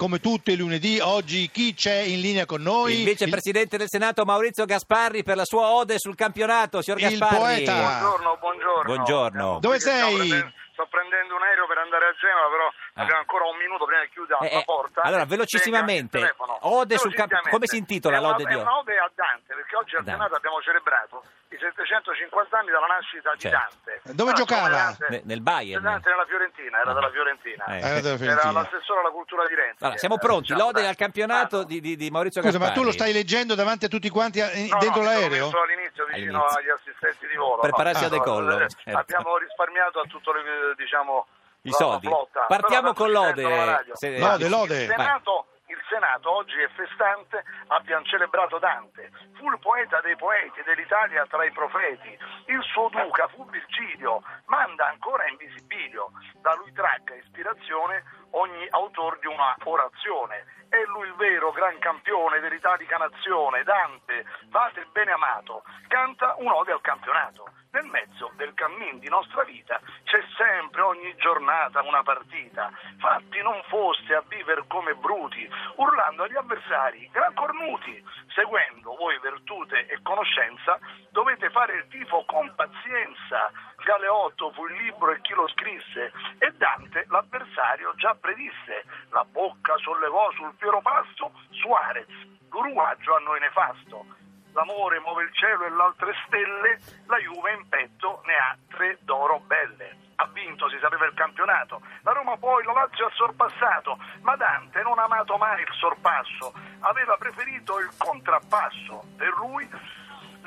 come tutti i lunedì, oggi chi c'è in linea con noi? Il vicepresidente del Senato Maurizio Gasparri per la sua ode sul campionato, signor Il Gasparri. poeta. Buongiorno, buongiorno. Buongiorno. Dove Sì, stiamo sei? prendendo- sto prendendo un aereo per andare a Genova, però Ah. abbiamo ancora un minuto prima che chiuda Eh, eh, la porta. allora, velocissimamente, Venga, il telefono. ode sul camp- Velocissimamente. come si intitola È una- l'ode di È oggi? una ode a Dante, perché oggi al Dante. Senato abbiamo celebrato i 750 anni dalla nascita di Certo. Dante. Eh, Dove Allora, giocava? Dante- Ne- nel Bayern. Dante nella Fiorentina, era Ah. della Fiorentina. Eh. Eh, della Era Fiorentina. l'assessore alla cultura di Renzi. Allora, siamo Eh, pronti, diciamo, lode dai. al campionato Ah, no. di, di- di Maurizio Scusa, ma Gasparri. tu lo stai leggendo davanti a tutti quanti eh, dentro No, no, mi sono l'aereo? messo all'inizio vicino All'inizio. agli assistenti di volo. Per no. prepararsi Ah. al decollo, Eh, certo. Abbiamo risparmiato a tutto le, diciamo, I la- soldi. la flotta. Partiamo Però tanto con ci lode, sentono la radio. se- eh, Lode, lode. Il Senato, il Senato oggi è festante, abbiamo celebrato Dante. Fu il poeta dei poeti dell'Italia tra i profeti. Il suo duca fu Virgilio, manda ancora in visibilio. Da lui tracca ispirazione ogni autore di una orazione. È lui il vero gran campione dell'italica nazione, Dante, fate il bene amato, canta un'ode al campionato. Nel mezzo del cammin di nostra vita c'è sempre ogni giornata una partita. Fatti non foste a viver come bruti, urlando agli avversari, gran cornuti. Seguendo voi virtute e conoscenza, dovete fare il tifo con pazienza. Galeotto fu il libro e chi lo scrisse, e Dante l'avversario già predisse. La bocca sollevò sul fiero pasto Suarez, guruaggio a noi nefasto. L'amore muove il cielo e l'altre stelle, la Juve in petto ne ha tre d'oro belle. Ha vinto, si sapeva, il campionato. La Roma poi la Lazio ha sorpassato, ma Dante non ha amato mai il sorpasso, aveva preferito il contrappasso. Per lui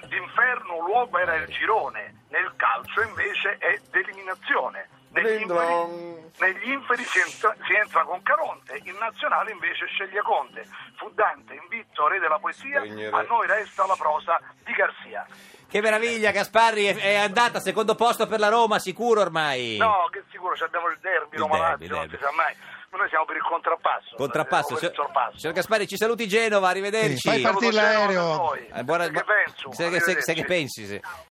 d'inferno luogo era il girone, nel calcio invece è d'eliminazione. Negli Ding dong. inferi, negli inferi si, entra, si entra con Caronte, in nazionale invece sceglie Conte. Fu Dante, invitto re della poesia, Spegnere. a noi resta la prosa di Garzia. Che meraviglia, Gasparri è, è andata secondo posto per la Roma, sicuro ormai. No, che sicuro, ci abbiamo il derby Il derby, Roma-Lazio, non derby. si sa mai. Ma Noi siamo per il contrappasso. Contrappasso, siamo per eh, il signor, sorpasso. signor Gasparri, ci saluti Genova, arrivederci. Sì, fai partire Saluto Genova l'aereo. da voi. Eh, buona- Che bu- penso? se- se- se- che Arrivederci. pensi, sì.